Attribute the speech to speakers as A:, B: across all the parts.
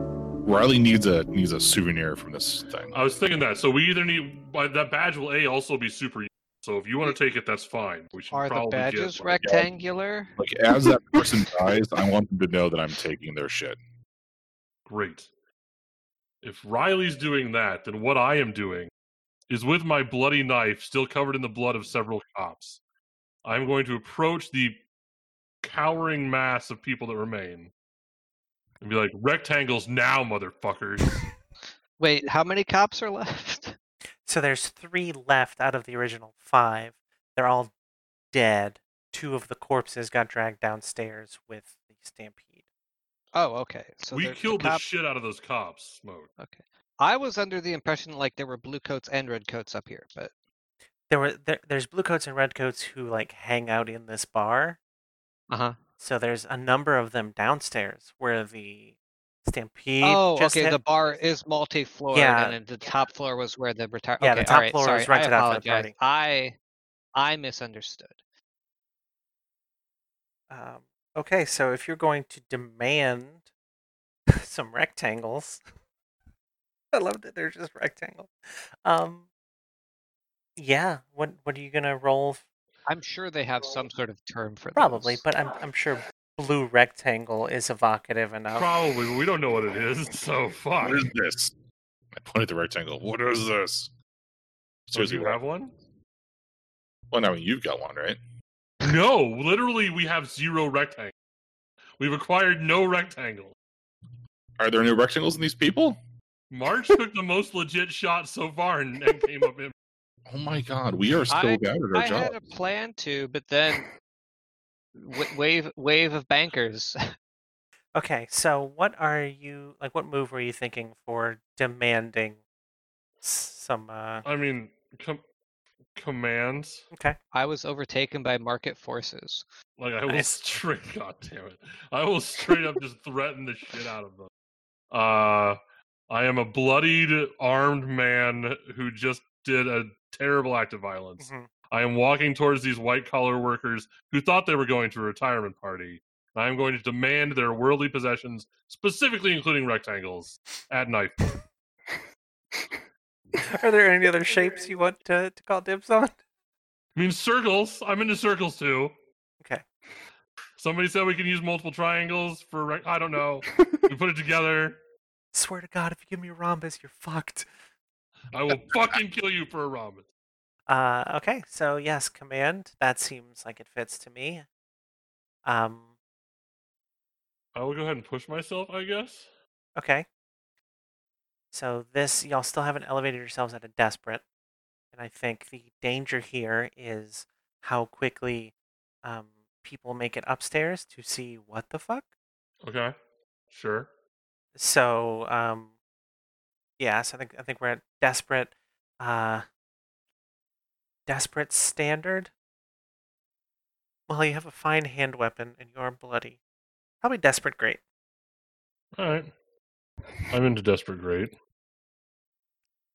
A: Riley needs a needs a souvenir from this thing.
B: I was thinking that. So we either need by that badge will a also be super. So if you want to take it, that's fine. We should
C: Are the
B: probably
C: badges
B: get, like,
C: rectangular?
A: Like as that person dies, I want them to know that I'm taking their shit.
B: great. If Riley's doing that, then what I am doing is with my bloody knife still covered in the blood of several cops. I'm going to approach the cowering mass of people that remain and be like, rectangles now, motherfuckers.
C: Wait, how many cops are left?
D: So there's three left out of the original five. They're all dead. Two of the corpses got dragged downstairs with the stampede.
C: Oh, okay. So
B: we
C: there-
B: killed
C: the
B: the
C: cop-
B: shit out of those cops, Smoke.
C: Okay. I was under the impression like there were blue coats and red coats up here, but
D: There were there, there's bluecoats and redcoats who like hang out in this bar.
C: uh
D: Uh-huh.
C: huh.
D: So there's a number of them downstairs where the stampede.
C: Oh,
D: just
C: okay.
D: hit-
C: The bar is multi-floored,
D: Yeah.
C: and the top floor was where the retire.
D: Yeah,
C: okay,
D: the
C: all
D: top
C: right,
D: floor
C: sorry,
D: was rented
C: I
D: out to the
C: apologize. I I misunderstood.
D: Um, okay, so if you're going to demand some rectangles, I love that they're just rectangle. Um, yeah, what what are you gonna roll? f-
C: I'm sure they have some sort of term for
D: Probably,
C: those.
D: but I'm I'm sure blue rectangle is evocative enough.
B: Probably, but we don't know what it is, so fuck.
A: What is this? I point at the rectangle. What is this?
B: So do
A: Seriously,
B: you have one?
A: well, now you've got one, right?
B: No, literally, we have zero rectangles. We've acquired no rectangles.
A: Are there no rectangles in these people?
B: March took the most legit shot so far and, and came up in.
A: Oh my god, we are still
C: I-
A: bad at our
C: I
A: job.
C: had a plan to, but then w- wave wave of bankers.
D: Okay, so what are you like? What move were you thinking for demanding s- some? Uh,
B: I mean, com- commands.
D: okay,
C: I was overtaken by market forces.
B: Like I will
D: Nice.
B: straight. God damn it! I will straight up just threaten the shit out of them. Uh, I am a bloodied, armed man who just did a terrible act of violence.
D: mhm.
B: I am walking towards these white collar workers who thought they were going to a retirement party. I am going to demand their worldly possessions, specifically including rectangles, at knife. point.
D: are there any other shapes you want to, to call dibs on?
B: I mean, circles. I'm into circles too.
D: Okay.
B: Somebody said we can use multiple triangles for. Rec- I don't know. we put it together.
D: Swear to God, if you give me a rhombus, you're fucked.
B: I will fucking kill you for a ramen.
D: Uh, okay, so yes, command. That seems like it fits to me. Um,
B: I will go ahead and push myself. I guess.
D: okay. So this, y'all still haven't elevated yourselves at a desperate, and I think the danger here is how quickly um, people make it upstairs to see what the fuck.
B: Okay. Sure.
D: So, um, yes, I think I think we're at desperate, uh, desperate standard. Well, you have a fine hand weapon and you are bloody. Probably desperate great.
B: All right. I'm into desperate great.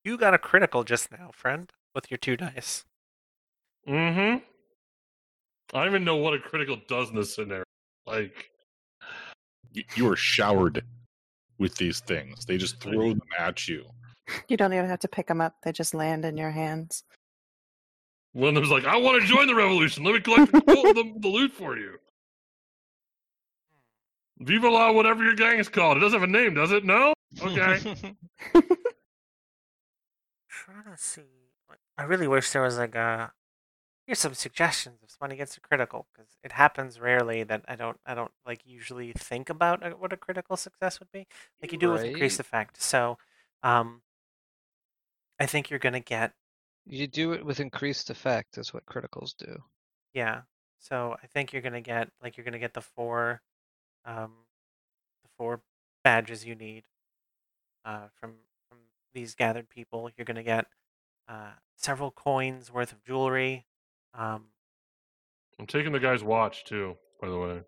D: You got a critical just now, friend, with your two dice.
B: Mm-hmm. I don't even know what a critical does in this scenario. Like,
A: You, you are showered with these things. They just throw them at you.
E: You don't even have to pick them up; they just land in your hands.
B: one of them's like, I want to join the revolution. Let me collect the, the, the loot for you. Viva la, whatever your gang is called. It doesn't have a name, does it? No? Okay.
D: Trying to see. like, I really wish there was like a. Here's some suggestions if somebody gets a critical, because it happens rarely that I don't I don't like usually think about uh, what a critical success would be. Like you do it with increased
C: Right.
D: effect. So, um, I think you're gonna get
C: you do it with increased effect, is what criticals do.
D: yeah. So I think you're gonna get like you're gonna get the four, um, the four badges you need, uh, from from these gathered people. You're gonna get, uh, several coins worth of jewelry. Um,
B: I'm taking the guy's watch, too, by the way.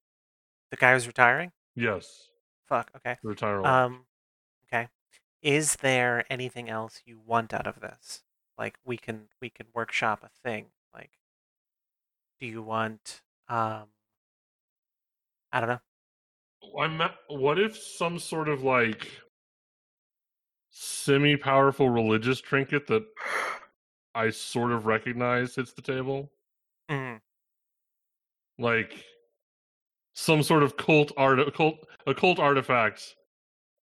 D: the guy who's retiring.
B: Yes.
D: Fuck. Okay.
B: The retire watch.
D: Um, okay. Is there anything else you want out of this? Like we can we can workshop a thing. Like, do you want um, I don't know.
B: I'm. What if some sort of like semi powerful religious trinket that I sort of recognize hits the table.
D: Mhm.
B: Like some sort of cult art occult occult artifact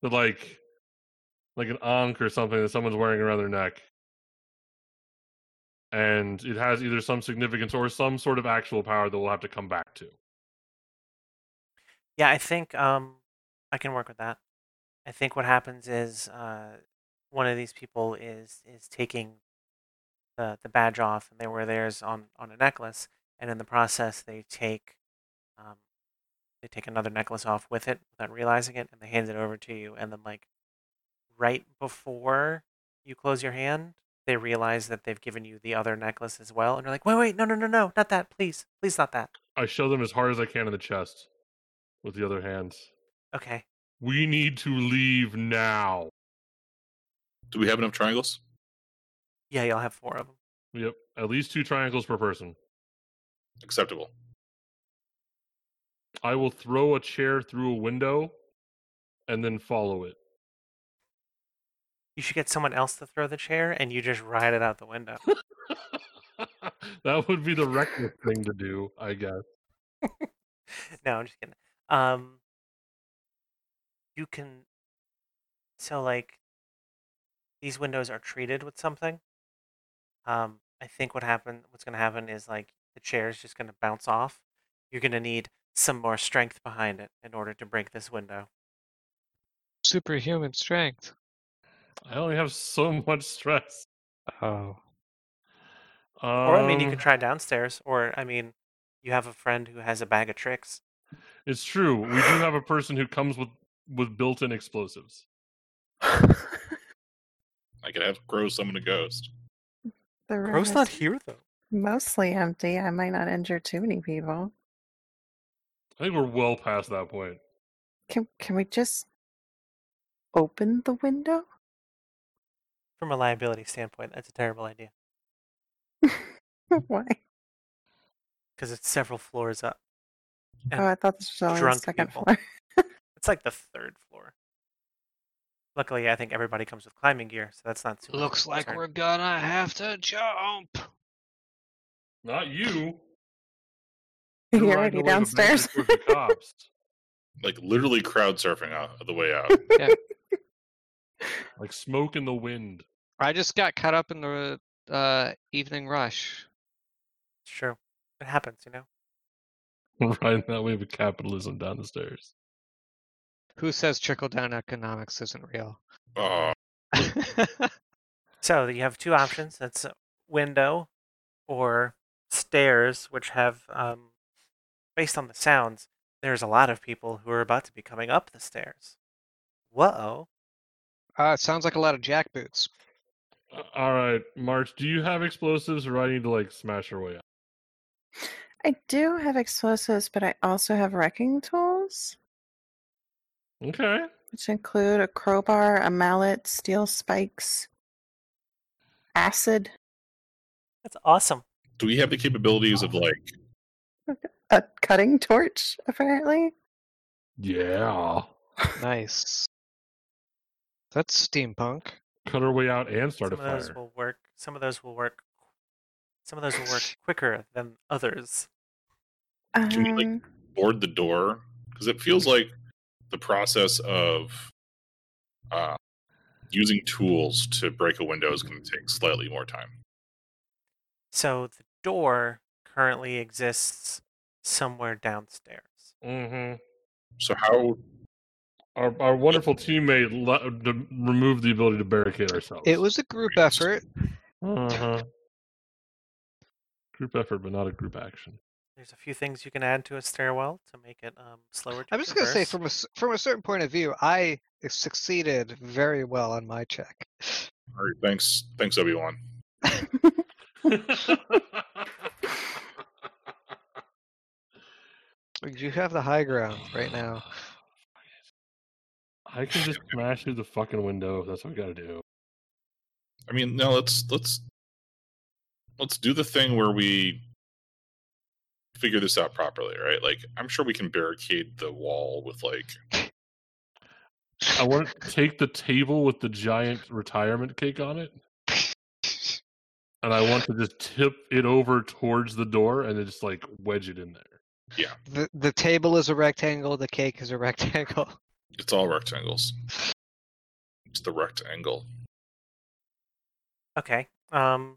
B: that like like an ankh or something that someone's wearing around their neck. And it has either some significance or some sort of actual power that we'll have to come back to.
D: Yeah, I think um, I can work with that. I think what happens is uh, one of these people is is taking the the badge off, and they wear theirs on on a necklace, and in the process, they take um, they take another necklace off with it without realizing it, and they hand it over to you, and then like right before you close your hand. They realize that they've given you the other necklace as well, and they're like, "Wait, wait, no, no, no, no, not that, please, please, not that."
B: I show them as hard as I can in the chest with the other hand.
D: Okay,
B: We need to leave now.
A: Do we have enough triangles?
D: yeah, you'll have four of them.
B: Yep, at least two triangles per person.
A: Acceptable.
B: I will throw a chair through a window and then follow it.
D: You should get someone else to throw the chair and you just ride it out the window.
B: that would be the reckless thing to do, I guess.
D: no, I'm just kidding. Um you can so like these windows are treated with something. Um I think what happened what's going to happen is like the chair is just going to bounce off. You're going to need some more strength behind it in order to break this window.
C: Superhuman strength.
B: I only have so much stress.
F: Oh.
B: Um,
D: Or I mean you could try downstairs or I mean you have a friend who has a bag of tricks.
B: It's true. We do have a person who comes with with built-in explosives.
A: I could have Crow summon a ghost.
E: the room
D: Crow's not
E: is
D: here though.
E: mostly empty. I might not injure too many people.
B: I think we're well past that point.
E: Can can we just open the window?
D: From a liability standpoint, that's a terrible idea.
E: Why?
D: because it's several floors up.
E: Oh, I thought this was only the
D: drunk
E: second
D: people.
E: floor.
D: It's like the third floor. Luckily, I think everybody comes with climbing gear, so that's not super.
C: Looks like
D: concerned.
C: we're gonna have to jump.
B: Not you.
E: You're
B: riding
E: already
B: away the bench
E: downstairs.
B: with the cops.
A: Like literally crowd surfing out of the way out.
B: like smoke in the wind.
C: I just got caught up in the uh, evening rush.
D: It's true. It happens, you know.
B: Riding that wave of capitalism down the stairs.
C: Who says trickle down economics isn't real?
A: Oh,
D: So you have two options: that's a window or stairs, which have, um, based on the sounds, there's a lot of people who are about to be coming up the stairs. Whoa!
C: uh, it sounds like a lot of jackboots.
B: A- Uh, All right, March. Do you have explosives, or I need to like smash our way out?
E: I do have explosives, but I also have wrecking tools,
B: Okay.
E: which include a crowbar, a mallet, steel spikes, acid,
D: That's awesome.
A: do we have the capabilities of like
E: a cutting torch, apparently.
B: Yeah.
C: Nice. That's steampunk.
B: Cut our way out and start
D: Some
B: a
D: of those
B: fire.
D: will work. Some of those will work. Some of those will work quicker than others.
A: Can we, like,
E: Um,
A: board the door because it feels like the process of uh, using tools to break a window is going to take slightly more time.
D: So the door currently exists somewhere downstairs.
B: Mm-hmm.
A: So how?
B: Our our wonderful teammate le- d- removed the ability to barricade ourselves.
C: It was a group effort.
D: Mm-hmm.
B: uh-huh. group effort, but not a group action.
D: There's a few things you can add to a stairwell to make it um, slower. To
C: I'm just gonna say,
D: traverse.
C: from a s- from a certain point of view, I succeeded very well on my check.
A: All right, thanks, thanks Obi Wan.
E: Um,
C: You have the high ground right now.
B: I can just smash through the fucking window. if That's what we gotta do.
A: I mean, no, let's let's let's do the thing where we figure this out properly, right? Like, I'm sure we can barricade the wall with like
B: I want to take the table with the giant retirement cake on it, and I want to just tip it over towards the door and then just like wedge it in there.
F: The, the table is a rectangle, the cake is a rectangle.
A: It's all rectangles. It's the rectangle.
D: Okay. Um.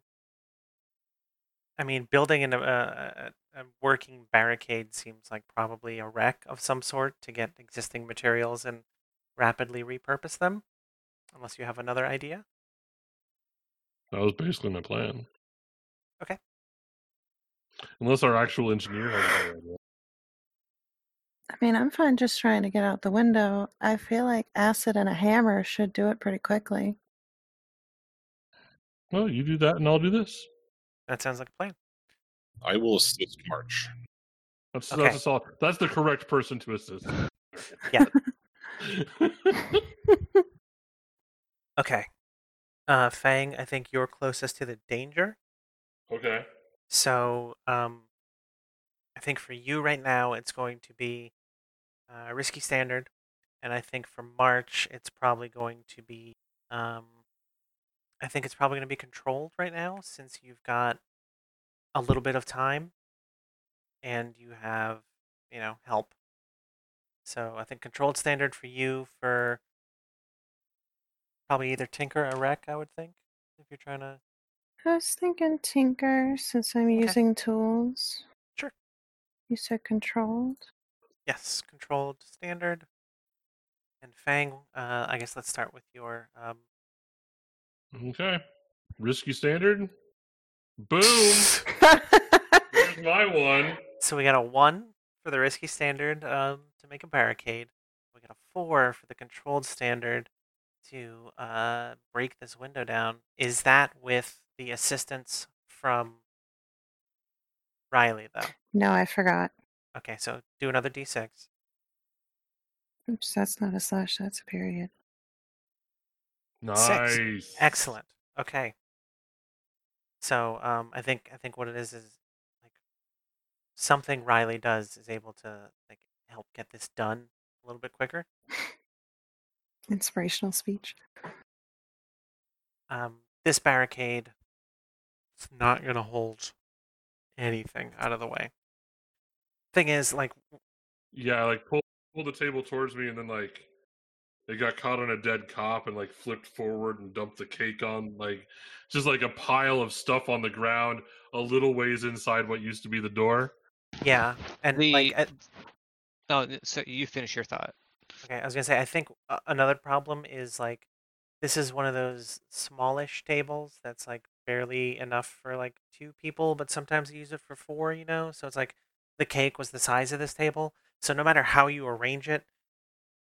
D: I mean, building an, a, a, a working barricade seems like probably a wreck of some sort to get existing materials and rapidly repurpose them, unless you have another idea.
B: That was basically my plan.
D: Okay.
B: Unless our actual engineer has a better idea.
E: I mean, I'm fine just trying to get out the window. I feel like acid and a hammer should do it pretty quickly.
B: Well, you do that, and I'll do this.
D: That sounds like a plan.
A: I will assist March.
B: That's
D: Okay.
B: that's, all, that's the correct person to assist.
D: Yeah. Okay. Uh, Fang, I think you're closest to the danger.
B: okay.
D: So, um, I think for you right now, it's going to be uh, risky standard, and I think for March, it's probably going to be. Um, I think it's probably going to be controlled right now since you've got a little bit of time, and you have you know help. So I think controlled standard for you for probably either Tinker or Wreck. I would think if you're trying to
E: I was thinking tinker since I'm using tools.
D: Sure.
E: You said controlled.
D: Yes, controlled standard. And Fang, uh, I guess let's start with your. Um,
B: Okay. Risky standard. Boom. There's my one.
D: so we got a one for the risky standard um, to make a barricade. We got a four for the controlled standard to uh, break this window down. Is that with the assistance from Riley though?
E: no, I forgot.
D: Okay, so do another d6.
E: Oops, that's not a slash, that's a period.
B: Nice.
D: Excellent. Okay. So um, I think I think what it is is like something Riley does is able to like help get this done a little bit quicker.
E: Inspirational speech.
D: Um, this barricade it's not gonna hold anything out of the way. Thing is, like
B: Yeah, I, like pull pulled the table towards me, and then like it got caught on a dead cop, and like flipped forward and dumped the cake on like just like a pile of stuff on the ground, a little ways inside what used to be the door.
D: yeah, and like
C: The-
D: I-
C: No, Oh, n- so you finish your thought.
D: Okay, I was gonna say I think a- another problem is like this is one of those smallish tables that's like barely enough for like two people, but sometimes you use it for four, you know? So it's like the cake was the size of this table. So no matter how you arrange it,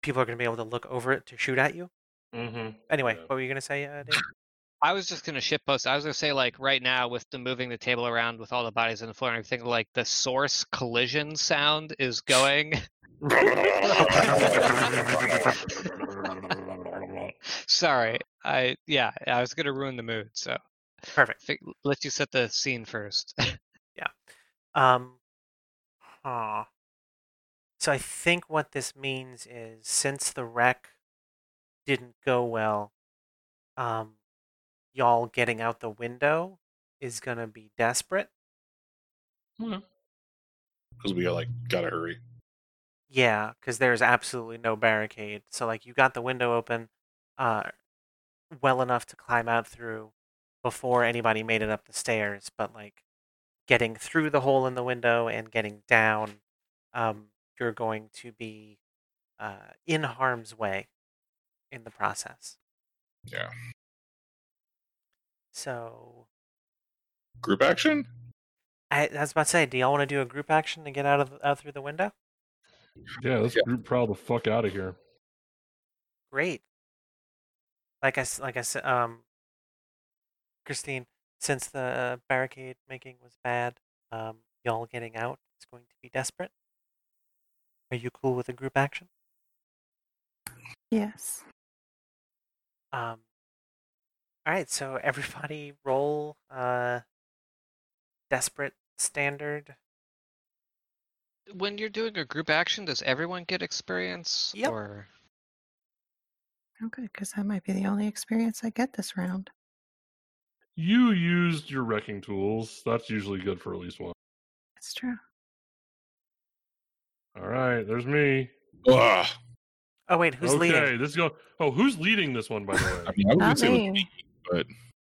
D: people are gonna be able to look over it to shoot at you.
B: Mm-hmm.
D: Anyway,
B: Yeah.
D: what were you gonna say, uh, Dave?
C: I was just gonna shitpost. I was gonna say like right now with the moving the table around with all the bodies on the floor and everything, like the source collision sound is going. Sorry, I yeah, I was gonna ruin the mood. So
D: Perfect.
C: fi- let you set the scene first.
D: Um, huh. So I think what this means is since the wreck didn't go well, um, y'all getting out the window is gonna be desperate.
A: Because we got like gotta hurry.
D: Yeah, because there's absolutely no barricade. So like you got the window open, uh, well enough to climb out through before anybody made it up the stairs. But like getting through the hole in the window and getting down, um, you're going to be uh, in harm's way in the process.
A: Yeah.
D: So
A: Group action?
D: I, I was about to say, do y'all want to do a group action to get out of out through the window?
B: Yeah, let's
A: Yeah.
B: group prowl the fuck out of here.
D: great. Like I s- like I said, um, Christine, since the barricade making was bad, um, y'all getting out is going to be desperate. Are you cool with a group action?
E: Yes.
D: Um, all right, so everybody roll uh, desperate standard.
C: when you're doing a group action, does everyone get experience?
D: Yep.
C: Or
E: Oh, good, because that might be the only experience I get this round.
B: You used your wrecking tools. That's usually good for at least one.
E: It's true.
B: All right, there's me.
A: Ugh.
D: Oh wait, who's
B: okay,
D: leading?
B: this is going. Oh, who's leading this one, by the
A: I
B: way?
A: mean, I would
E: Not
A: say it was
E: me.
A: me, but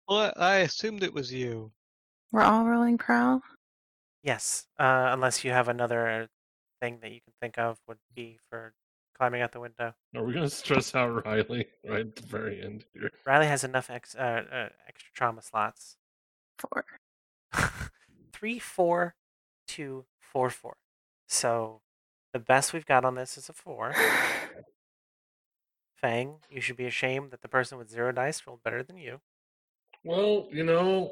F: Well, I assumed it was you.
E: We're all rolling prowl.
D: Yes, uh, unless you have another thing that you can think of would be for climbing out the window.
B: Are we going to stress out Riley right at the very end here?
D: Riley has enough ex- uh, uh, extra trauma slots.
E: Four.
D: Three, four, two, four, four. So the best we've got on this is a four. Fang, you should be ashamed that the person with zero dice rolled better than you.
B: Well, you know,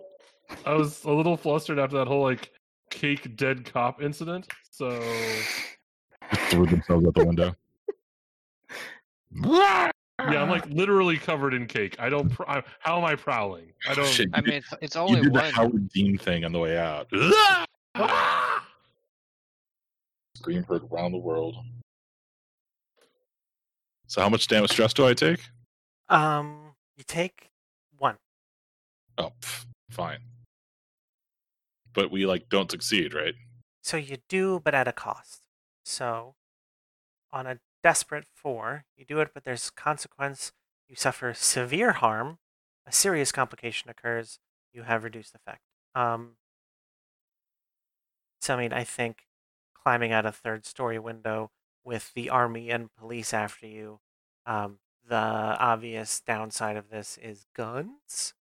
B: I was a little flustered after that whole like cake dead cop incident. So
A: threw themselves out the window. yeah,
B: yeah, I'm like
D: Ah.
B: literally covered in cake. I don't. Pr- I, how am I prowling? I don't.
A: Shit,
C: I
A: you-
C: mean, it's, it's
A: you
C: only
A: did the
C: one.
A: Howard Dean thing on the way out. Scream heard around the world. So, how much damage stress do I take?
D: Um, you take one.
A: Oh, pff, fine. But we like don't succeed, right?
D: So you do, but at a cost. So, on a desperate four, you do it, but there's consequence. You suffer severe harm. A serious complication occurs. You have reduced effect. Um, so, I mean, I think climbing out a third story window with the army and police after you, um, the obvious downside of this is guns.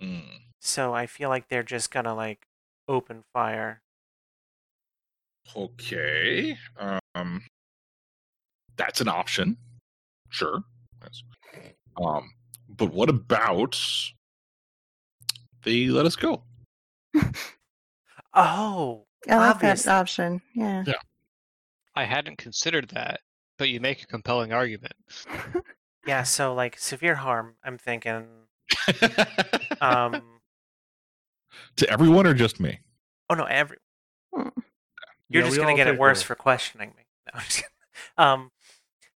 A: Mm.
D: So I feel like they're just going to like open fire.
A: Okay. Um, that's an option. Sure. That's- Um, but what about they let us go?
D: Oh,
E: I like
D: Obvious.
E: that option. Yeah.
C: I hadn't considered that, but you make a compelling argument.
D: Yeah, so like severe harm, I'm thinking. Um
A: to everyone or just me?
D: oh no, every you're
B: Yeah,
D: just
B: we
D: gonna
B: all
D: get it
B: take
D: worse
B: one.
D: for questioning me. No, I'm just kidding. um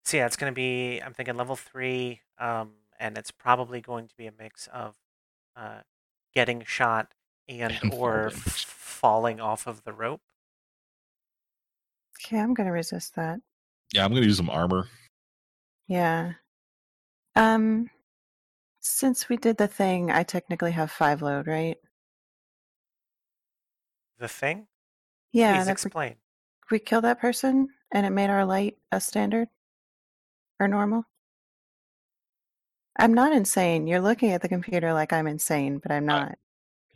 D: so yeah, it's gonna be I'm thinking level three, um, and it's probably going to be a mix of uh getting shot and,
A: And
D: or
A: falling.
D: f- falling off of the rope.
E: Okay, I'm gonna resist that.
A: Yeah, I'm gonna use some armor.
E: Yeah. Um, since we did the thing, I technically have five load, right?
D: The thing?
E: Yeah.
D: Please
E: that we,
D: explain.
E: we killed that person, and it made our light a standard or normal. I'm not insane. You're looking at the computer like I'm insane, but I'm not.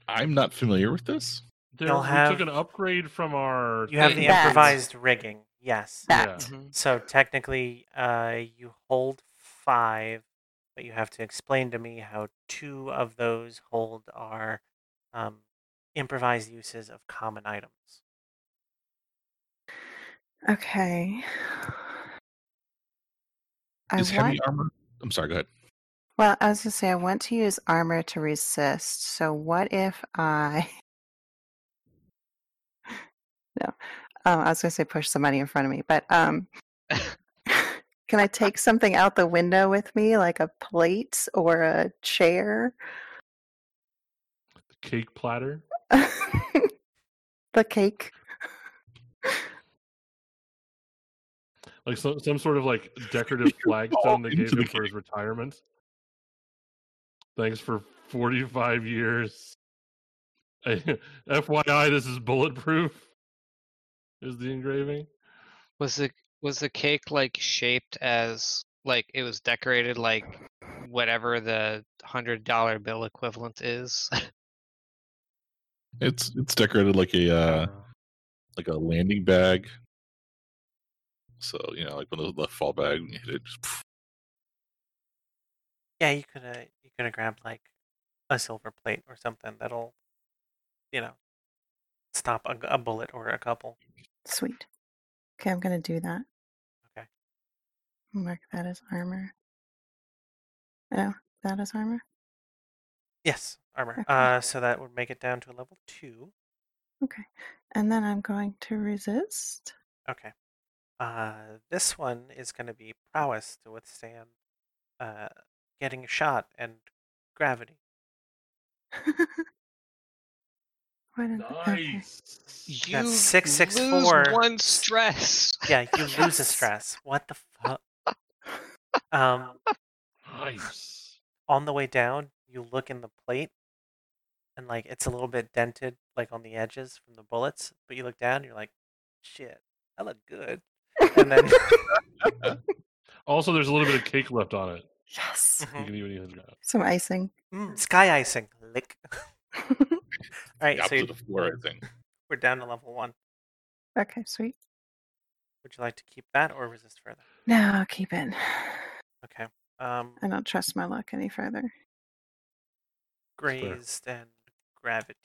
A: I'm not familiar with this.
B: There,
D: You'll
B: we
D: have-
B: took an upgrade from our.
D: You have
C: Hey,
D: the
E: that.
D: improvised rigging, yes.
E: that.
C: Mm-hmm.
A: Mm-hmm.
D: So technically, uh, you hold five, but you have to explain to me how two of those hold are um, improvised uses of common items.
E: Okay. I
A: Is
E: want.
A: heavy armor? I'm sorry. Go ahead.
E: Well, I was gonna say I want to use armor to resist. So what if I? no, um, I was gonna say push somebody in front of me, but um, can I take something out the window with me, like a plate or a chair?
B: cake platter.
E: the cake.
B: like some some sort of like decorative flagstone they
A: into
B: gave
A: the
B: him for his retirement. Thanks for forty five years. FYI, this is bulletproof. Is the engraving?
C: Was the was the cake like shaped as like it was decorated like whatever the hundred dollar bill equivalent is?
A: It's it's decorated like a uh, like a landing bag. So you know, like one of those left fall bag, when you hit it, just pff,
D: Yeah, you could have you could have grabbed like a silver plate or something that'll, you know, stop a, a bullet or a couple.
E: Sweet. Okay, I'm gonna do that.
D: Okay.
E: Mark that as armor. Oh, that is armor.
D: Yes, armor.
E: Okay.
D: Uh, so that would make it down to a level two.
E: Okay, and then I'm going to resist.
D: Okay. Uh, this one is going to be prowess to withstand uh, getting shot and gravity.
E: Right in- okay.
B: Nice.
C: You
D: That's six, six,
C: lose
D: four.
C: one stress.
D: Yeah, you lose a
E: Yes.
D: stress. What the fuck? Um,
B: Nice.
D: on the way down, you look in the plate, and like it's a little bit dented, like on the edges from the bullets. But you look down, and you're like, shit, I look good. And then
B: Also, there's a little bit of cake left on it.
E: Yes.
B: You
D: Mhm.
B: can even use that.
E: Some icing.
D: Mm, sky icing, lick. All right,
A: Yeah,
D: so
A: to
D: you-
A: the floor, I think.
D: we're down to level one.
E: okay, sweet.
D: Would you like to keep that or resist further?
E: No, I'll keep it.
D: Okay. Um,
E: I don't trust my luck any further.
D: grazed and gravitated.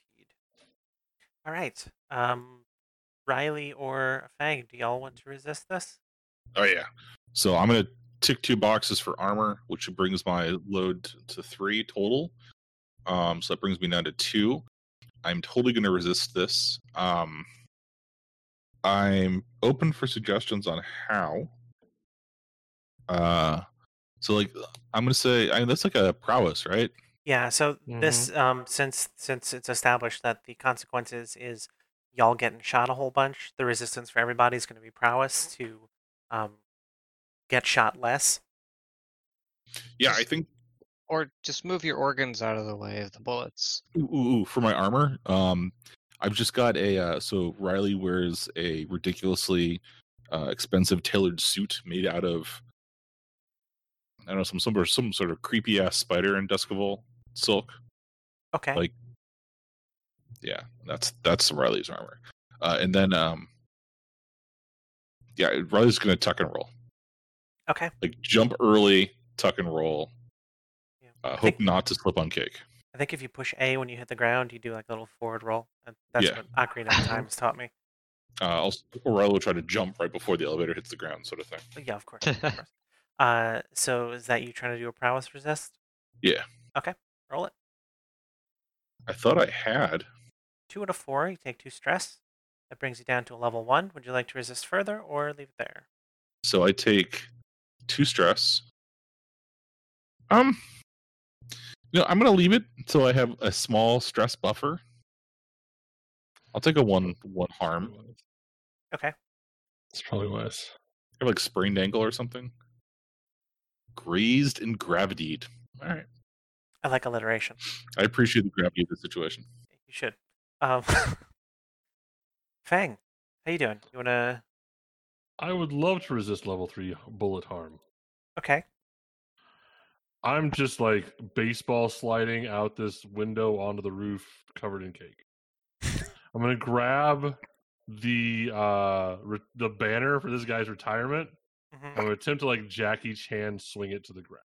D: All right. Um, Riley or Fang, do y'all want to resist this?
A: Oh yeah. So I'm gonna tick two boxes for armor, which brings my load to three total. Um, so that brings me down to two. I'm totally gonna resist this. Um, I'm open for suggestions on how. Uh, so like I'm gonna say I that's like a prowess, right?
D: Yeah. So
A: Mm-hmm.
D: this, um, since since it's established that the consequences is y'all getting shot a whole bunch, the resistance for everybody is going to be prowess to, um, get shot less.
A: Yeah, I think
C: Or just move your organs out of the way of the bullets.
A: Ooh, ooh, ooh, for my armor, um, I've just got a. Uh, so Riley wears a ridiculously uh, expensive tailored suit made out of I don't know some some sort of- some sort of creepy ass spider and Duskival silk.
D: Okay.
A: Like- Yeah, that's that's Riley's armor, uh, and then um, yeah, Riley's gonna tuck and roll,
D: okay.
A: like jump early, tuck and roll.
D: Yeah.
A: Uh,
D: I think-
A: hope not to slip on cake.
D: I think if you push A when you hit the ground, you do like a little forward roll. and That's
A: Yeah.
D: what Ocarina of Time has taught me.
A: Uh, also, Riley will try to jump right before the elevator hits the ground, sort of thing.
D: But yeah, of course. of course. Uh, so is that you trying to do a prowess resist?
A: Yeah.
D: Okay. Roll it.
A: I thought I had.
D: Two out of four. You take two stress. That brings you down to a level one. Would you like to resist further or leave it there?
A: So I take two stress. Um, no, I'm gonna leave it until I have a small stress buffer. I'll take a one one harm.
D: Okay.
B: It's probably wise.
A: I have like sprained ankle or something. Grazed and gravitied. All right,
D: I like alliteration.
A: I appreciate the gravity of the situation.
D: You should. Um, Fang, how you doing? You wanna?
B: I would love to resist level three bullet harm.
D: Okay.
B: I'm just like baseball sliding out this window onto the roof covered in cake. I'm gonna grab the uh re- the banner for this guy's retirement. I'm
D: hmm
B: gonna attempt to like Jackie Chan swing it to the ground.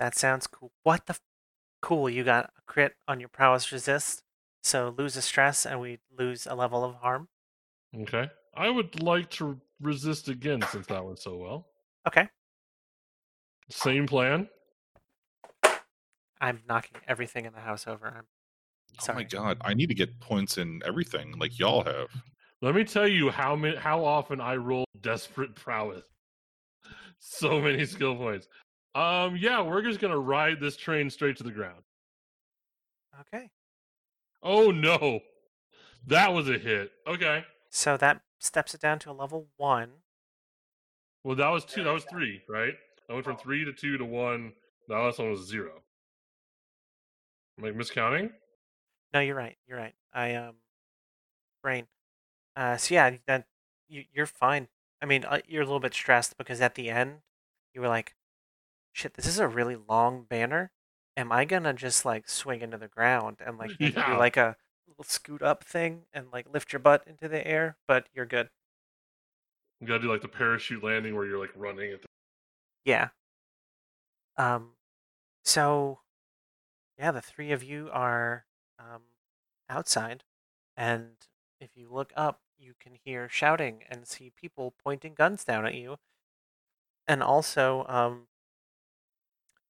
D: That sounds cool. What the? F- cool. You got a crit on your prowess resist. So lose a stress, and we lose a level of harm.
B: Okay. I would like to resist again since that went so well.
D: Okay.
B: Same plan.
D: I'm knocking everything in the house over. I'm
A: Oh my
D: sorry.
A: god, I need to get points in everything like y'all have.
B: Let me tell you how many, how often I roll desperate prowess. So many skill points. Um, yeah, we're just gonna ride this train straight to the ground.
D: Okay.
B: Oh no, that was a hit. Okay,
D: So that steps it down to a level one.
B: well that was two. That was three, right? I went from three to two to one. That last one was zero. Am I miscounting?
D: No, you're right. You're right. I um, brain. Uh, so yeah, that you, you're fine. I mean, uh, you're a little bit stressed because at the end, you were like, "Shit, this is a really long banner. Am I gonna just like swing into the ground and like maybe
B: Yeah.
D: do like a little scoot up thing and like lift your butt into the air?" But you're good.
B: You gotta do like the parachute landing where you're like running at the
D: Yeah. Um, so yeah, the three of you are um outside, and if you look up, you can hear shouting and see people pointing guns down at you, and also um,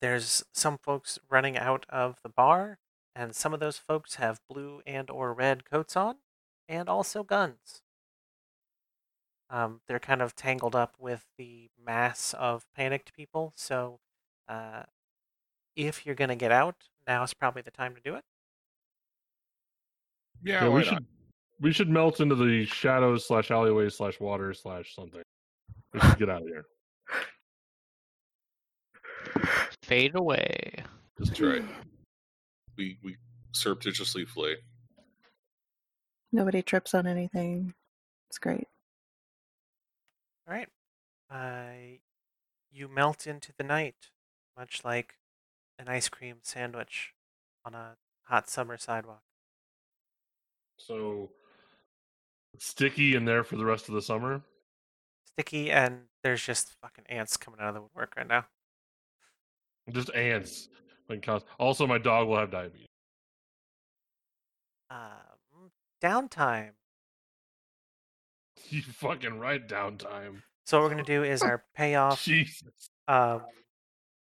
D: there's some folks running out of the bar, and some of those folks have blue and or red coats on, and also guns. Um, they're kind of tangled up with the mass of panicked people. So, uh, if you're going to get out, now's probably the time to do it.
A: Yeah,
B: Yeah,
A: why
B: we
A: not?
B: should we should melt into the shadows slash alleyways slash water slash something. We should get out of here.
C: Fade away.
A: Just try. We we surreptitiously flee.
E: Nobody trips on anything. It's great.
D: All right. Uh, you melt into the night, much like an ice cream sandwich on a hot summer sidewalk.
B: So sticky in there for the rest of the summer.
D: Sticky, and there's just fucking ants coming out of the woodwork right now.
B: Just ants. Like cause- Also, my dog will have diabetes.
D: Um, downtime.
B: You fucking right, downtime.
D: So what we're gonna do is our payoff,
B: Jesus.
D: um,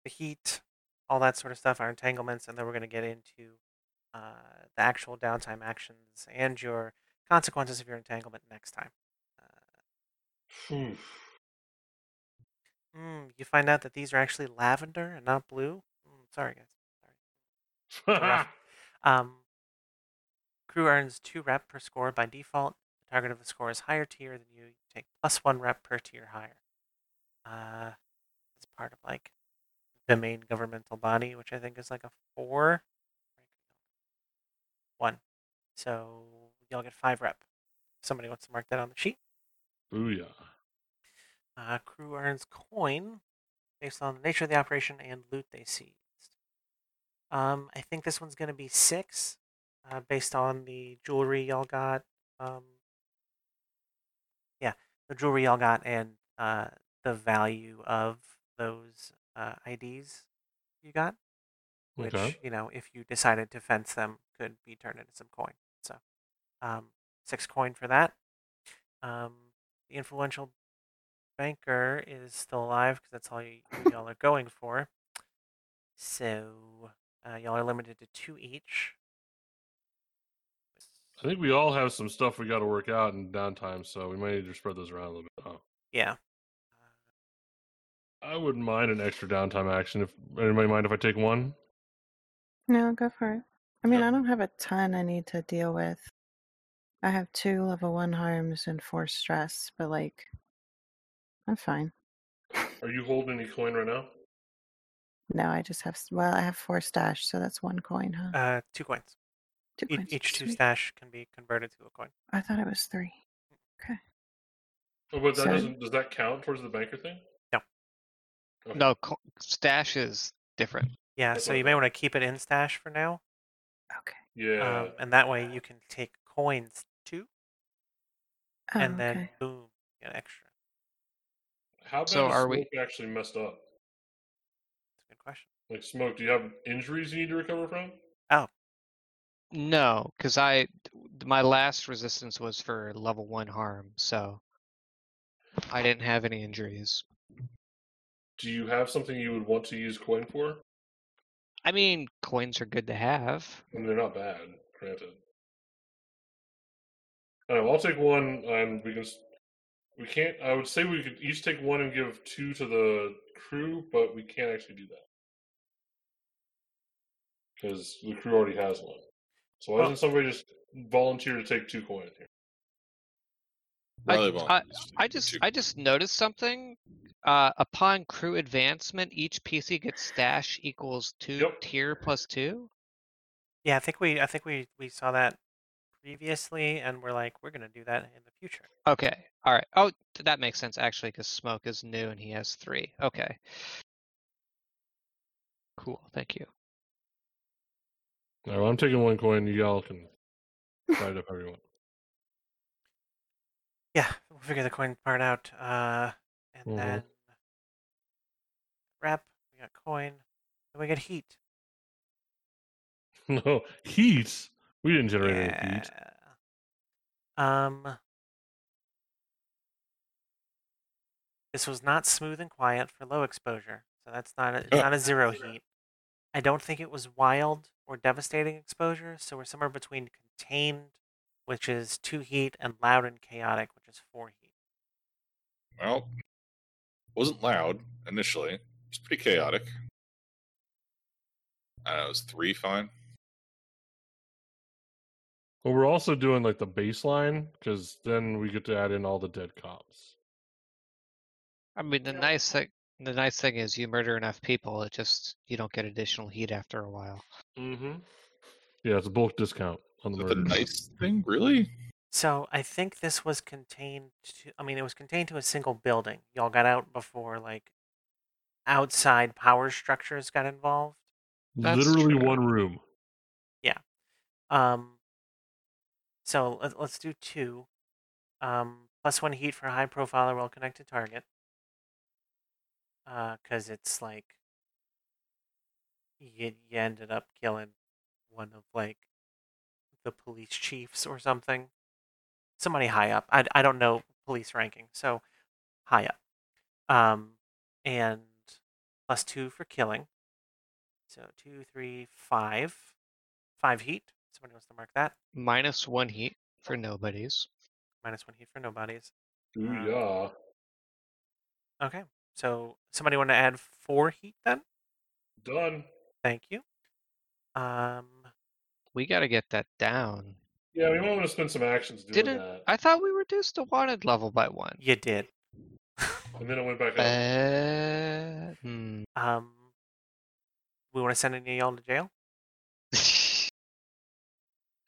D: the heat, all that sort of stuff, our entanglements, and then we're gonna get into uh, the actual downtime actions and your consequences of your entanglement next time. Mm, you find out that these are actually lavender and not blue. Mm, sorry, guys. Rough. Um, crew earns two rep per score by default. The target of the score is higher tier than you. You take plus one rep per tier higher. Uh, it's part of like the main governmental body, which I think is like a four, one. So y'all get five rep. If somebody wants to mark that on the sheet.
B: Booyah.
D: Uh, crew earns coin based on the nature of the operation and loot they seized. Um, I think this one's going to be six uh, based on the jewelry y'all got. Um, yeah, the jewelry y'all got and uh, the value of those uh, IDs you got, which,
B: Okay.
D: you know, if you decided to fence them, could be turned into some coin. So, um, six coin for that. Um, the influential banker is still alive because that's all y- who y'all are going for. So uh, y'all are limited to two each.
B: I think we all have some stuff we got to work out in downtime, so we might need to spread those around a little bit. huh?
D: Yeah.
B: I wouldn't mind an extra downtime action. If anybody mind if I take one,
E: No, go for it. I mean, I don't have a ton I need to deal with. I have two level one harms and four stress, but like, I'm fine.
B: are you holding any coin right now?
E: No, I just have, s- well, I have four stash, so that's one coin, huh?
D: Uh, two coins.
E: Two
D: Each,
E: coins.
D: each two
E: Sweet.
D: stash can be converted to a coin.
E: I thought it was three.
B: Oh, but that
E: Sorry.
B: doesn't. Does that count towards the banker
C: Uh,
B: thing?
D: No.
B: Okay.
C: No, co- stash is different.
D: Yeah,
B: That's
D: so
B: what I
D: you may
B: thought.
D: want to keep it in stash for now,
E: Okay.
B: Yeah.
D: um, and that way you can take coins too,
E: Oh,
D: and then
E: okay.
D: boom, you get extra.
B: How bad
C: so
B: is
C: are we-
B: smoke actually messed up?
D: That's a good question.
B: Like smoke, do you have injuries you need to recover from?
C: No, because I my last resistance was for level one harm, so I didn't have any injuries.
B: Do you have something you would want to use coin for?
C: I mean, coins are good to have.
B: I mean, they're not bad, granted. I don't know, I'll take one, and we can. s- We can't. I would say we could each take one and give two to the crew, but we can't actually do that because the crew already has one. So why
D: Well-
B: doesn't somebody just volunteer to take two coins here?
C: I-
A: Riley
C: I-
A: volunteers
C: I
A: to-
C: just
A: to-
C: I just noticed something. Uh, upon crew advancement, each PC gets stash equals two
B: Yep.
C: tier plus two.
D: Yeah, I think we I think we we saw that previously, and we're like we're gonna do that in the future.
C: Okay, all right. Oh, th- that makes sense actually, because Smoke is new and he has three. Okay, cool. Thank you.
B: All right, well, I'm taking one coin. You all can divide up everyone.
D: Yeah, we'll figure the coin part out. Uh, and
E: Mm-hmm.
B: Mhm.
D: then rep, we got coin, and we get heat.
B: No heat. We didn't generate any heat.
D: Yeah. Um, this was not smooth and quiet for low exposure, so that's not a, it's not a zero heat. I don't think it was wild or devastating exposure, so we're somewhere between contained, which is two heat, and loud and chaotic, which is four heat.
A: Well, wasn't loud initially. It's pretty chaotic. I don't know, is three fine?
B: But we're also doing like the baseline because then we get to add in all the dead cops.
C: I mean, the nice thing the nice thing is you murder enough people, it just you don't get additional heat after a while.
B: Mm-hmm. Yeah, it's a bulk discount on the
A: Is that the
B: murders.
A: nice thing? Really?
D: So I think this was contained to. I mean, it was contained to a single building. Y'all got out before like outside power structures got involved.
C: That's
B: Literally
C: true.
B: one room.
D: Um. So let, let's do two. Um, plus one heat for high profile or well connected target. Uh, cause it's like you, you ended up killing one of like the police chiefs or something, somebody high up. I I don't know police ranking, so high up. Um, and plus two for killing. So two, three, five, five heat. Somebody wants to mark that.
C: Minus one heat for nobodies.
D: Minus one heat for nobodies.
B: yeah.
D: Okay. So somebody want to add four heat then?
B: Done.
D: Thank you. Um,
C: We got to get that down.
B: Yeah, we might want to spend some actions doing
C: Mm. Didn't
B: that.
C: I thought we reduced the wanted level by one?
D: you did.
B: And then it went back up.
C: Uh, hmm.
D: Um, we want to send any of y'all to jail.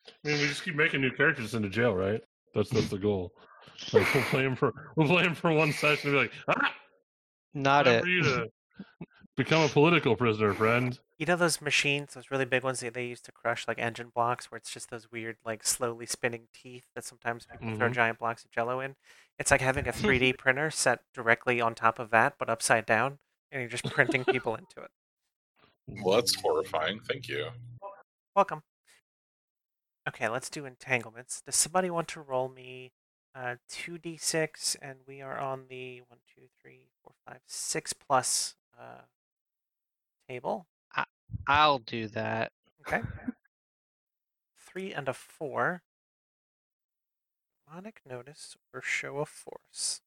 B: I mean, we just keep making new characters into jail, right? That's that's the goal. Like we'll play 'em for we'll play 'em for one session and be like, ah,
C: Not
B: time
C: it.
B: for you to become a political prisoner, friend.
D: You know those machines, those really big ones that they used to crush like engine blocks, where it's just those weird, like slowly spinning teeth that sometimes people throw
B: Mhm.
D: giant blocks of Jello in. It's like having a 3D printer set directly on top of that, but upside down, and you're just printing people into it.
A: Well, that's horrifying. Thank you.
D: Welcome. Okay, let's do entanglements. Does somebody want to roll me uh, 2d6? And we are on the 1, 2, 3, 4, 5, 6 plus uh, table.
C: I'll do that.
D: Okay. Three and a four. Demonic notice or show of force.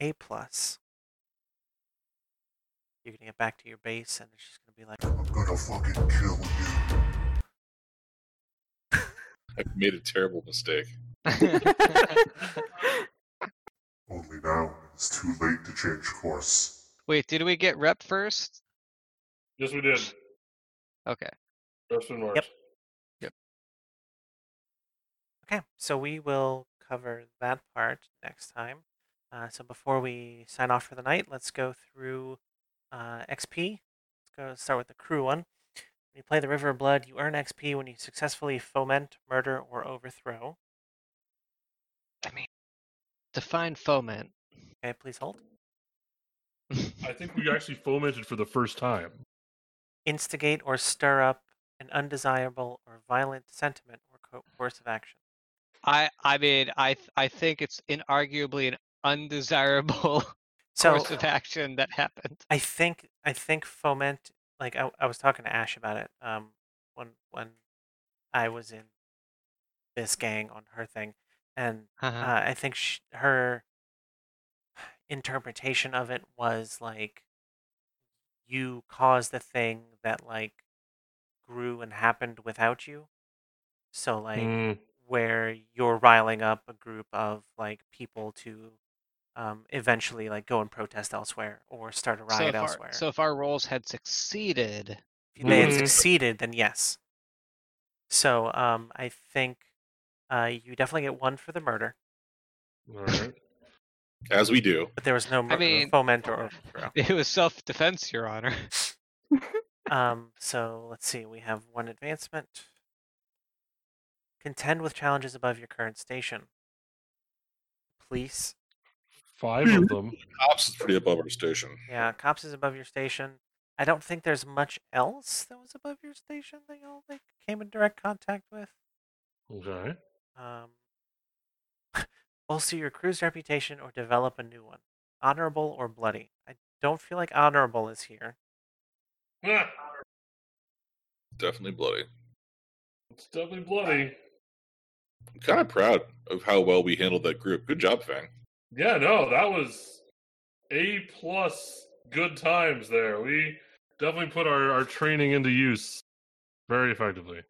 D: A plus. You're gonna get back to your base, and it's just gonna be like,
G: I'm gonna fucking kill you.
A: I've made a terrible mistake.
G: Only now it's too late to change course.
C: Wait, did we get rep first?
B: Yes, we did.
C: Okay.
B: That's been March.
D: Yep. okay. So we will cover that part next time. Uh, so before we sign off for the night, let's go through uh, XP. Let's go start with the crew one. When you play the River of Blood, you earn XP when you successfully foment, murder, or overthrow.
C: I mean, define foment.
D: Okay, please hold.
B: I think we actually fomented for the first time.
D: instigate or stir up an undesirable or violent sentiment or co- course of action.
C: I I mean, I th- I think it's inarguably an undesirable
D: So
C: course of action that happened.
D: I think I think foment. Like I, I was talking to Ash about it. Um, when when I was in this gang on her thing, and
C: Uh-huh.
D: uh, I think sh her interpretation of it was like you caused the thing that like grew and happened without you. So like.
B: Mm,
D: where you're riling up a group of like people to um, eventually like go and protest elsewhere or start a
C: so, if
D: riot
C: our,
D: elsewhere.
C: so if our roles had succeeded,
D: if they had
B: Mhm.
D: succeeded, then yes. So um, I think uh, you definitely get one for the murder,
B: all right.
A: As we do.
D: but there was no mur-
C: mean-
D: foment or overthrow.
C: it was self-defense, Your Honor.
D: Um, so let's see, we have one advancement. Contend with challenges above your current station. Police,
B: Five of them.
A: Ops is pretty above our station.
D: Yeah, cops is above your station. I don't think there's much else that was above your station that y'all like came in direct contact with.
B: Okay.
D: Um, bolster your crew's reputation or develop a new one. Honorable or bloody. I don't feel like honorable is here.
B: Ah,
A: Definitely bloody.
B: it's definitely bloody.
A: I'm kind of proud of how well we handled that group. Good job, Fang.
B: Yeah, no, that was A plus good times there. We definitely put our, our training into use very effectively.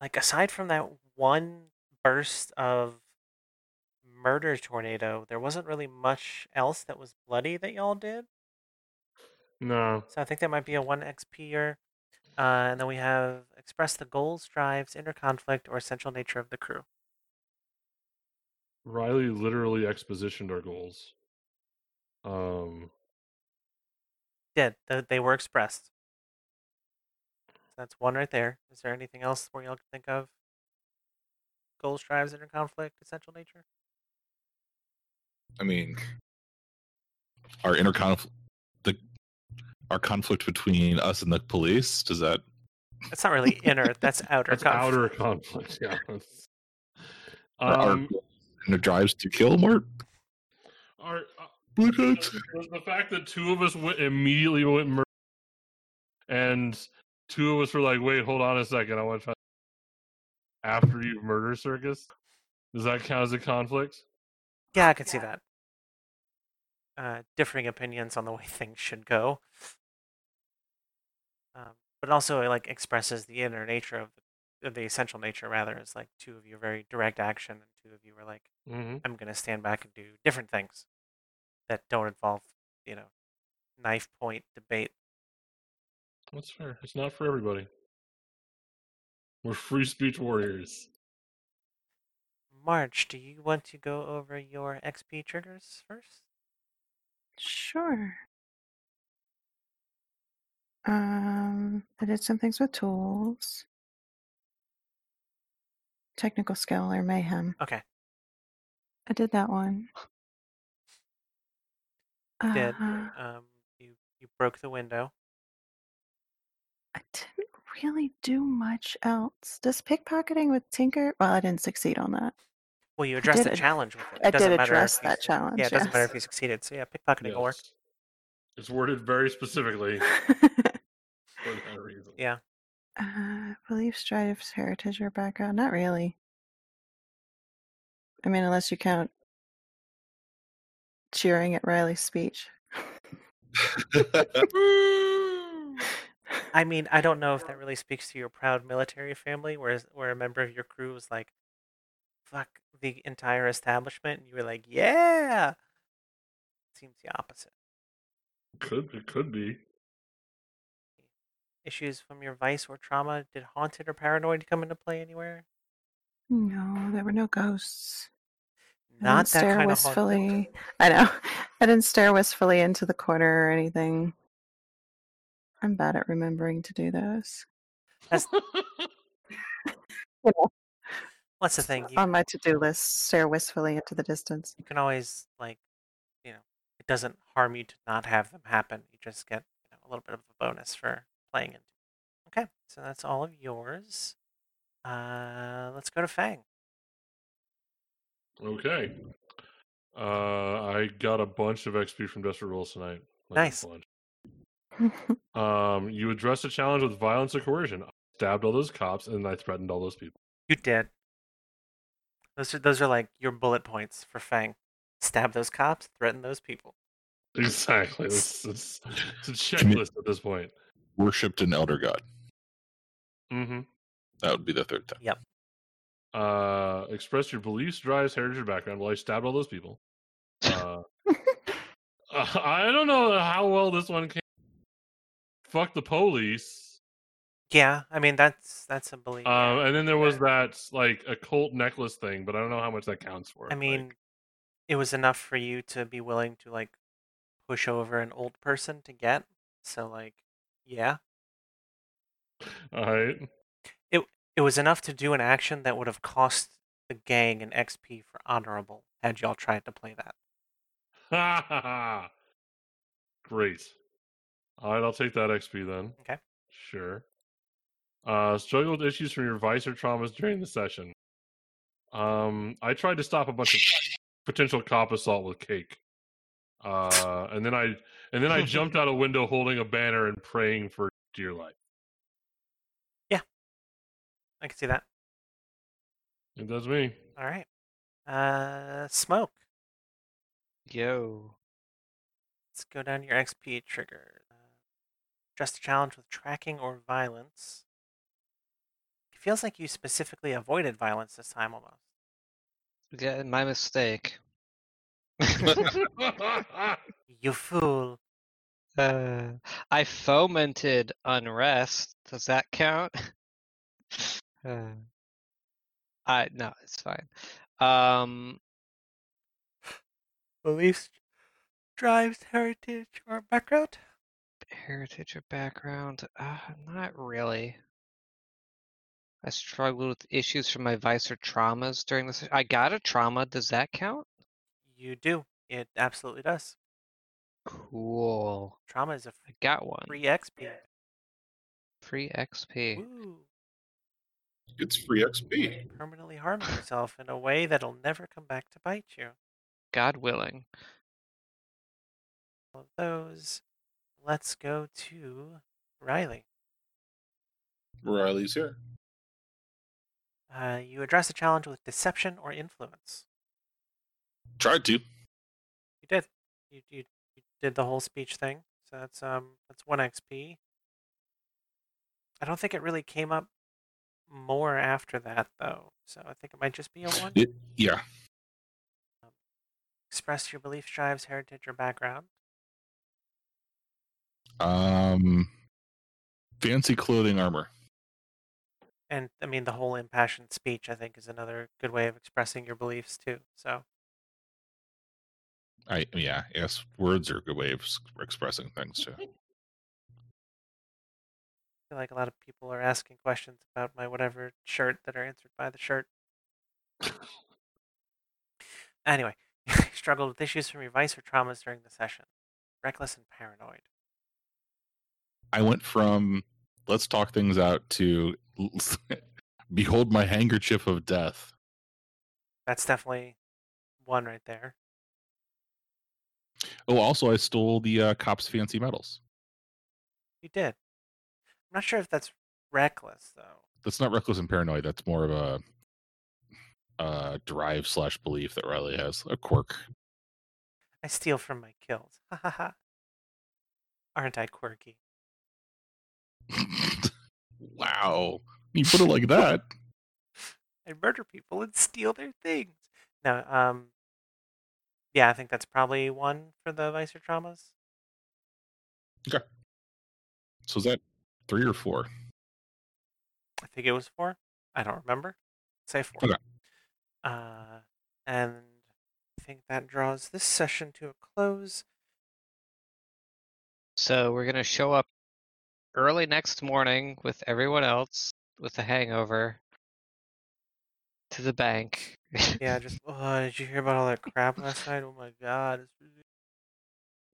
D: Like aside from that one burst of murder tornado, there wasn't really much else that was bloody that y'all did.
B: No.
D: So I think that might be a one XP or uh, and then we have express the goals, drives, inner conflict, or essential nature of the crew.
B: Riley literally expositioned our goals. Um
D: Did th- they were expressed? That's one right there. Is there anything else where y'all can think of? Goals, drives, inner conflict, essential nature.
A: I mean, our inner conflict, the our conflict between us and the police. Does that?
D: That's not really inner. That's outer.
B: that's
D: conflict.
B: outer conflict, yeah. that's-
A: our- our-
B: Um,
A: and it drives to kill more.
B: our, uh,
A: What?
B: the, the fact that two of us went immediately went murder, and two of us were like, "Wait, hold on a second, I want to try." After you murder circus, does that count as a conflict?
D: Yeah, I can see that. Uh, differing opinions on the way things should go, um, but also it, like expresses the inner nature of the, of the essential nature. Rather, is like two of you are very direct action, and two of you are like,
B: Mm-hmm.
D: I'm gonna stand back and do different things that don't involve, you know, knife point debate.
B: That's fair. It's not for everybody. We're free speech warriors.
D: March, do you want to go over your XP triggers first?
E: Sure. Um, I did some things with tools, technical skill, or mayhem.
D: Okay.
E: I did that one.
D: Did
E: Uh,
D: um, you you broke the window?
E: I didn't really do much else. Does pickpocketing with Tinker? Well, I didn't succeed on that.
D: Well, you addressed the
E: did ad-
D: challenge with it.
E: I
D: it doesn't
E: did
D: matter
E: address
D: if you
E: that
D: su-
E: challenge.
D: Yeah, it doesn't matter if you
E: yes.
D: succeeded. So yeah, pickpocketing will work.
B: Yes. It's worded very specifically for that reason.
D: Yeah.
E: Uh, beliefs, drives, heritage, or background? Not really. I mean, unless you count cheering at Riley's speech.
D: I mean, I don't know if that really speaks to your proud military family, whereas where a member of your crew was like, "Fuck the entire establishment," and you were like, "Yeah." Seems the opposite.
B: Could it could be.
D: Issues from your vice or trauma. Did haunted or paranoid come into play anywhere?
E: No, there were no ghosts. I
D: Not
E: didn't
D: that
E: stare
D: kind of haunted.
E: wistfully. I know. I didn't stare wistfully into the corner or anything. I'm bad at remembering to do those. You know,
D: What's the thing? You,
E: on my to-do list, stare wistfully into the distance.
D: you can always like, you know, it doesn't harm you to not have them happen. You just get you know, a little bit of a bonus for playing it. Okay, so that's all of yours. Uh, let's go to Fang.
B: Okay. Uh, I got a bunch of XP from Desperate Rolls tonight. Like,
D: Nice.
B: a bunch. Um, you addressed a challenge with violence or coercion. I stabbed all those cops and I threatened all those people.
D: You did. Those are those are like your bullet points for Fang. Stab those cops, threaten those people.
B: Exactly. It's, it's, it's a checklist at this point.
A: Worshipped an elder god.
B: Mm-hmm.
A: That would be the third time.
B: Uh, express your beliefs, drives, heritage, or background. Well, I stabbed all those people. Uh, I don't know how well this one came. Fuck the police.
D: Yeah, I mean that's that's a belief.
B: Um, and then there was that like occult necklace thing, but I don't know how much that counts for.
D: I
B: like-
D: mean, it was enough for you to be willing to like push over an old person to get. So like, yeah,
B: all right,
D: it was enough to do an action that would have cost the gang an XP for honorable had y'all tried to play that.
B: great. All right, I'll take that XP then.
D: Okay.
B: sure. Uh, struggle with issues from your vice or traumas during the session. Um, I tried to stop a bunch of potential cop assault with cake, uh, and then I and then I jumped out a window holding a banner and praying for dear life.
D: I can see that.
B: And that's me.
D: All right. Uh, smoke.
C: Yo.
D: Let's go down to your XP trigger. Uh, address the challenge with tracking or violence. It feels like you specifically avoided violence this time almost.
C: Yeah, my mistake.
D: You fool.
C: Uh, I fomented unrest. Does that count? uh, I no, it's fine. Um,
D: Beliefs drives heritage or background.
C: heritage or background? Uh, not really. I struggled with issues from my vice or traumas during this. I got a trauma. Does that count?
D: You do. It absolutely does.
C: Cool.
D: Trauma is a
C: I got one.
D: free XP.
C: Free XP.
D: Woo.
A: It's free XP.
D: Permanently harming yourself in a way that'll never come back to bite you.
C: God willing.
D: All of those. Let's go to Riley.
A: Riley's here.
D: Uh, you address a challenge with deception or influence.
A: Tried to.
D: You did. You, you, you did the whole speech thing. So that's um that's one XP. I don't think it really came up more after that though. So I think it might just be a one.
A: It- yeah.
D: Express your beliefs, drives, heritage, or background.
A: Um, fancy clothing armor.
D: And I mean the whole impassioned speech I think is another good way of expressing your beliefs too. So
A: I yeah. Yes, words are a good way of s- expressing things too.
D: I feel like a lot of people are asking questions about my whatever shirt that are answered by the shirt. anyway, you struggled with issues from your vice or traumas during the session. Reckless and paranoid.
A: I went from let's talk things out to behold my handkerchief of death.
D: That's definitely one right there.
A: Oh, also I stole the uh, cops' fancy medals.
D: You did. I'm not sure if that's reckless though.
A: That's not reckless and paranoid. That's more of a uh drive slash belief that Riley has a quirk.
D: I steal from my kills. Ha ha ha. Aren't I quirky?
A: wow, you put it like that.
D: I murder people and steal their things. No, um, yeah, I think that's probably one for the vice or traumas.
A: So is that three or four?
D: I think it was four. I don't remember. Say four.
A: Okay.
D: Uh, and I think that draws this session to a close.
C: So we're gonna show up early next morning with everyone else with a hangover to the bank.
D: Yeah, just oh, did you hear about all that crap last night? Oh my god, it's really-"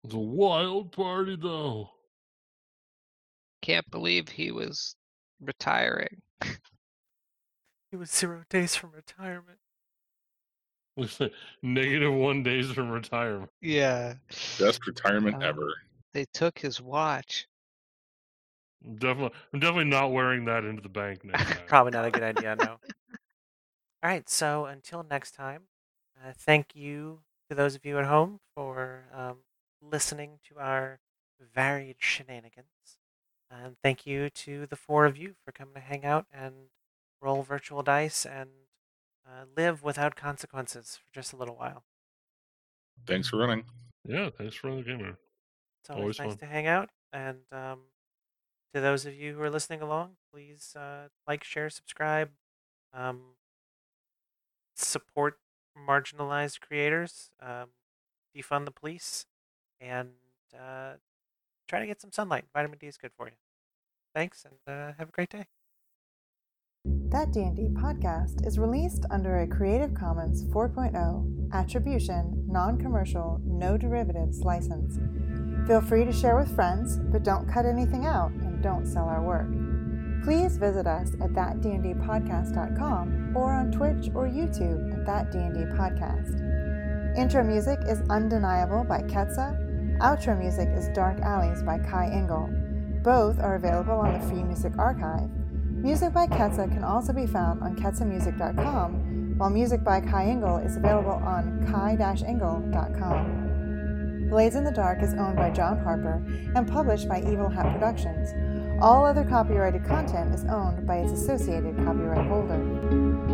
B: It's a wild party, though.
C: Can't believe he was retiring.
D: he was zero days from retirement.
B: Negative one days from retirement.
C: Yeah.
A: Best retirement
C: Um,
A: ever.
C: They took his watch.
B: I'm definitely, I'm definitely not wearing that into the bank next time.
D: Probably not a good idea. No. All right. So until next time, uh, thank you to those of you at home for um, listening to our varied shenanigans, and thank you to the four of you for coming to hang out and roll virtual dice and uh, live without consequences for just a little while.
A: Thanks for running.
B: Yeah, thanks for running the game, man.
D: It's always,
B: Always
D: nice
B: fun.
D: to hang out. And um, to those of you who are listening along, please uh, like, share, subscribe, um, support marginalized creators, um, defund the police, and uh, try to get some sunlight. Vitamin D is good for you. Thanks, and uh, have a great day.
H: That D&D podcast is released under a Creative Commons 4.0 attribution, non-commercial, no derivatives license. Feel free to share with friends, but don't cut anything out and don't sell our work. Please visit us at thatdndpodcast.com or on Twitch or YouTube at That D&D Podcast. Intro music is Undeniable by Ketsa. Outro music is Dark Alleys by Kai Engel. Both are available on the Free Music Archive. Music by Ketsa can also be found on ketsamusic.com,
E: while music by Kai Engel is available on kai-engel.com. Blades in the Dark is owned by John Harper and published by Evil Hat Productions. All other copyrighted content is owned by its associated copyright holder.